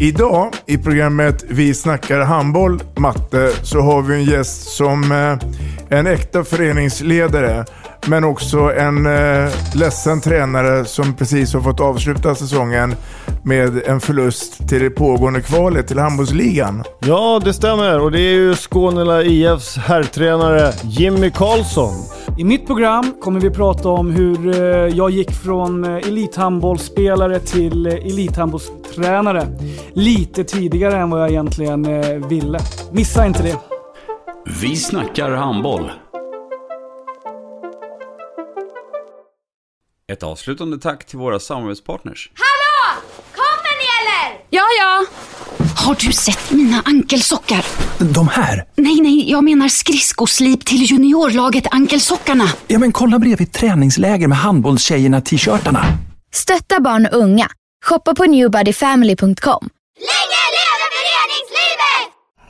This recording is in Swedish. Idag i programmet Vi snackar handboll, matte, så har vi en gäst som eh, en äkta föreningsledare, men också en eh, ledsen tränare som precis har fått avsluta säsongen med en förlust till det pågående kvalet till handbollsligan. Ja, det stämmer. Och det är ju Skånela IFs herrtränare Jimmy Karlsson. I mitt program kommer vi prata om hur eh, jag gick från eh, elithandbollsspelare till eh, elithandbollstränare. Lite tidigare än vad jag egentligen eh, ville. Missa inte det. Vi snackar handboll. Ett avslutande tack till våra samarbetspartners. Hallå! Kommer ni eller? Ja, ja. Har du sett mina ankelsockar? De här? Nej, nej, jag menar skridskoslip till juniorlaget Ankelsockarna. Ja, men kolla bredvid träningsläger med handbollstjejerna-t-shirtarna. Stötta barn och unga. Shoppa på newbodyfamily.com. Länge leve föreningslivet!